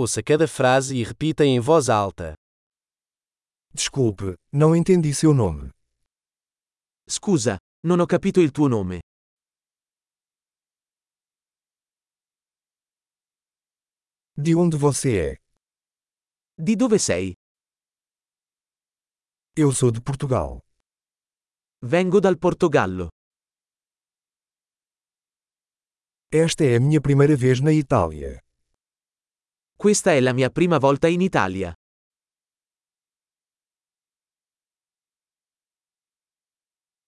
Ouça cada frase e repita em voz alta. Desculpe, não entendi seu nome. Scusa, non ho capito il tuo nome. De onde você é? Di dove sei? Eu sou de Portugal. Vengo dal Portogallo. Esta é a minha primeira vez na Itália. Questa è la mia prima volta in Italia.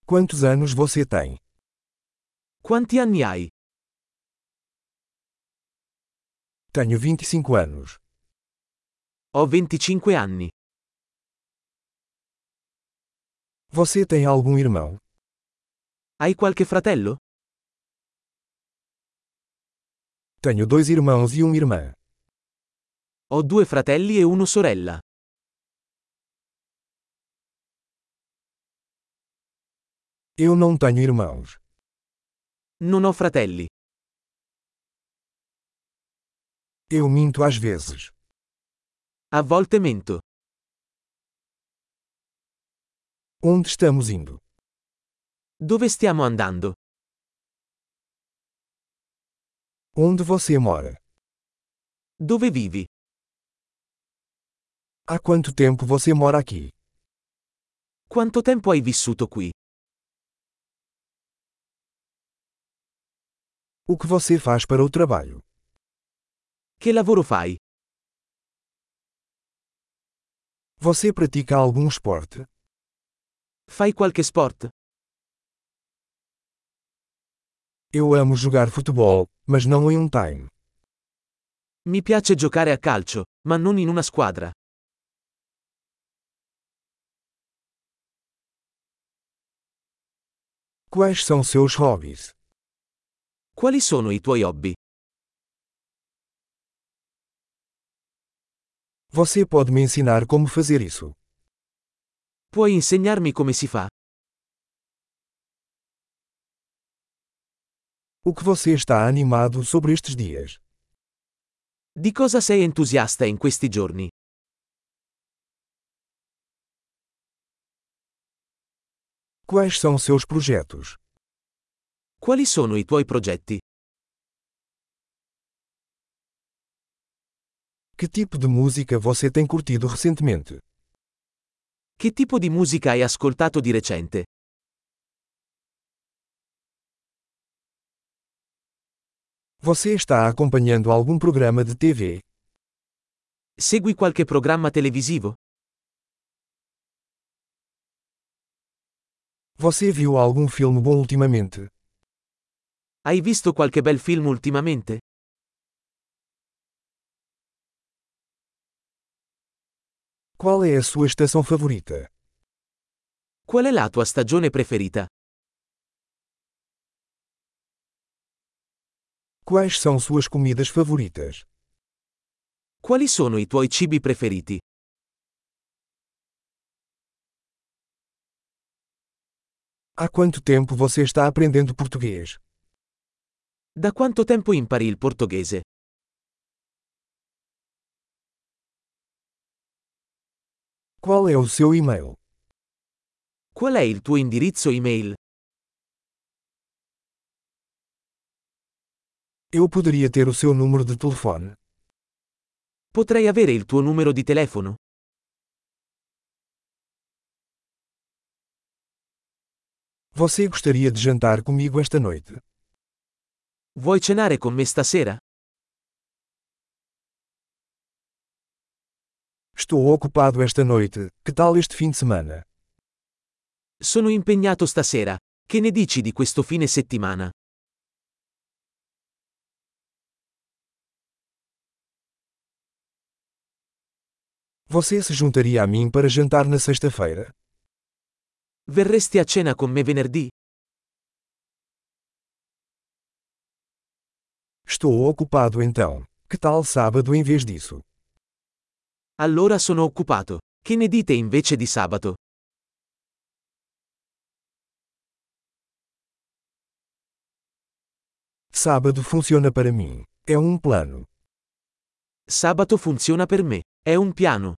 Quantos anos você tem? Quanti anni hai? Tenho 25 anos. Ho 25 anni. Você tem algum irmão? Hai qualche fratello? Tenho dois irmãos e uma irmã. Ho due fratelli e una sorella. Eu não tenho irmãos. Non ho fratelli. Eu minto às vezes. A volte mento. Onde estamos indo? Dove stiamo andando? Onde você mora? Dove vivi? Há quanto tempo você mora aqui? Quanto tempo hai vissuto qui? O que você faz para o trabalho? Che lavoro fai? Você pratica algum esporte? Fai qualche sport? Eu amo jogar futebol, mas não em um time. Mi piace giocare a calcio, ma non in una squadra. Quais são seus hobbies? Quali sono i tuoi hobby? Você pode me ensinar como fazer isso? Puoi insegnarmi come si fa? O que você está animado sobre estes dias? Di cosa sei entusiasta in questi giorni? Quais são seus projetos? Quali sono i tuoi progetti? Que tipo de música você tem curtido recentemente? Che tipo di musica hai ascoltato di recente? Você está acompanhando algum programa de TV? Segui qualche programma televisivo? Você viu algum filme bom ultimamente? Hai visto qualche bel film ultimamente? Qual é a sua estação favorita? Qual è la tua stagione preferita? Quais são suas comidas favoritas? Quali sono i tuoi cibi preferiti? Há quanto tempo você está aprendendo português? Da quanto tempo impari il portoghese? Qual é o seu e-mail? Qual è il tuo indirizzo email? Eu poderia ter o seu número de telefone? Potrei avere il tuo numero di telefono? Você gostaria de jantar comigo esta noite? Vuoi cenare con me stasera? Estou ocupado esta noite, que tal este fim de semana? Sono impegnato stasera. Che ne dici di questo fine settimana? Você se juntaria a mim para jantar na sexta-feira? Verresti a cena con me venerdì? Estou ocupado então. Que tal sábado em vez disso? Allora sono occupato. Che ne dite invece di sabato? Sábado funciona para mim. É um plano. Sabato funziona per me. È un piano.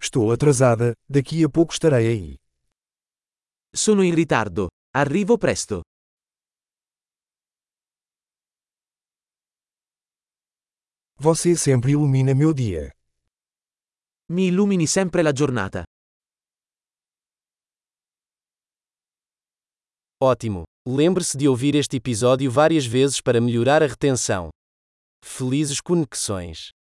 Estou atrasada, daqui a pouco estarei aí. Sono in ritardo. Arrivo presto. Você sempre ilumina meu dia. Mi illumini sempre la giornata. Ótimo! Lembre-se de ouvir este episódio várias vezes para melhorar a retenção. Felizes conexões!